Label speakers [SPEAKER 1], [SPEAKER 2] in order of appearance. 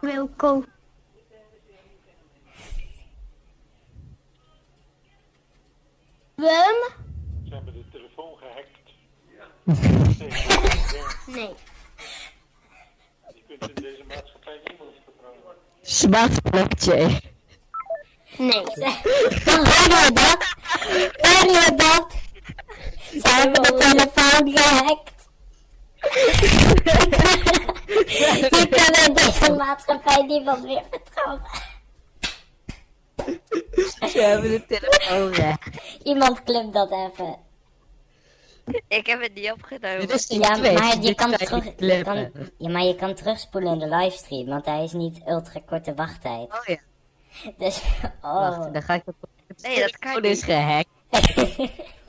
[SPEAKER 1] wil kopen. Wum?
[SPEAKER 2] Ze hebben de telefoon gehackt.
[SPEAKER 1] Nee.
[SPEAKER 2] Je kunt in deze maatschappij niemand vertrouwen.
[SPEAKER 3] Zwart blokje.
[SPEAKER 1] Nee.
[SPEAKER 4] Hebben we dat? Hebben we dat? Ze hebben de telefoon gehackt. Je kan in deze maatschappij niemand meer vertrouwen.
[SPEAKER 3] Ze hebben de telefoon weg.
[SPEAKER 4] Iemand klimt dat even.
[SPEAKER 5] Ik heb het niet opgenomen.
[SPEAKER 3] Dit is dus de
[SPEAKER 4] Ja,
[SPEAKER 3] tweede,
[SPEAKER 4] maar je
[SPEAKER 3] dit
[SPEAKER 4] kan
[SPEAKER 3] kan je
[SPEAKER 4] terug, je
[SPEAKER 3] klippen.
[SPEAKER 4] kan, ja, maar je kan terugspoelen in de livestream, want hij is niet ultra korte wachttijd.
[SPEAKER 3] Oh ja, Oh.
[SPEAKER 4] Dus, oh.
[SPEAKER 3] wacht, dan ga ik dat...
[SPEAKER 5] Nee, dat kan
[SPEAKER 3] Oh, dit is
[SPEAKER 5] niet.
[SPEAKER 3] gehackt.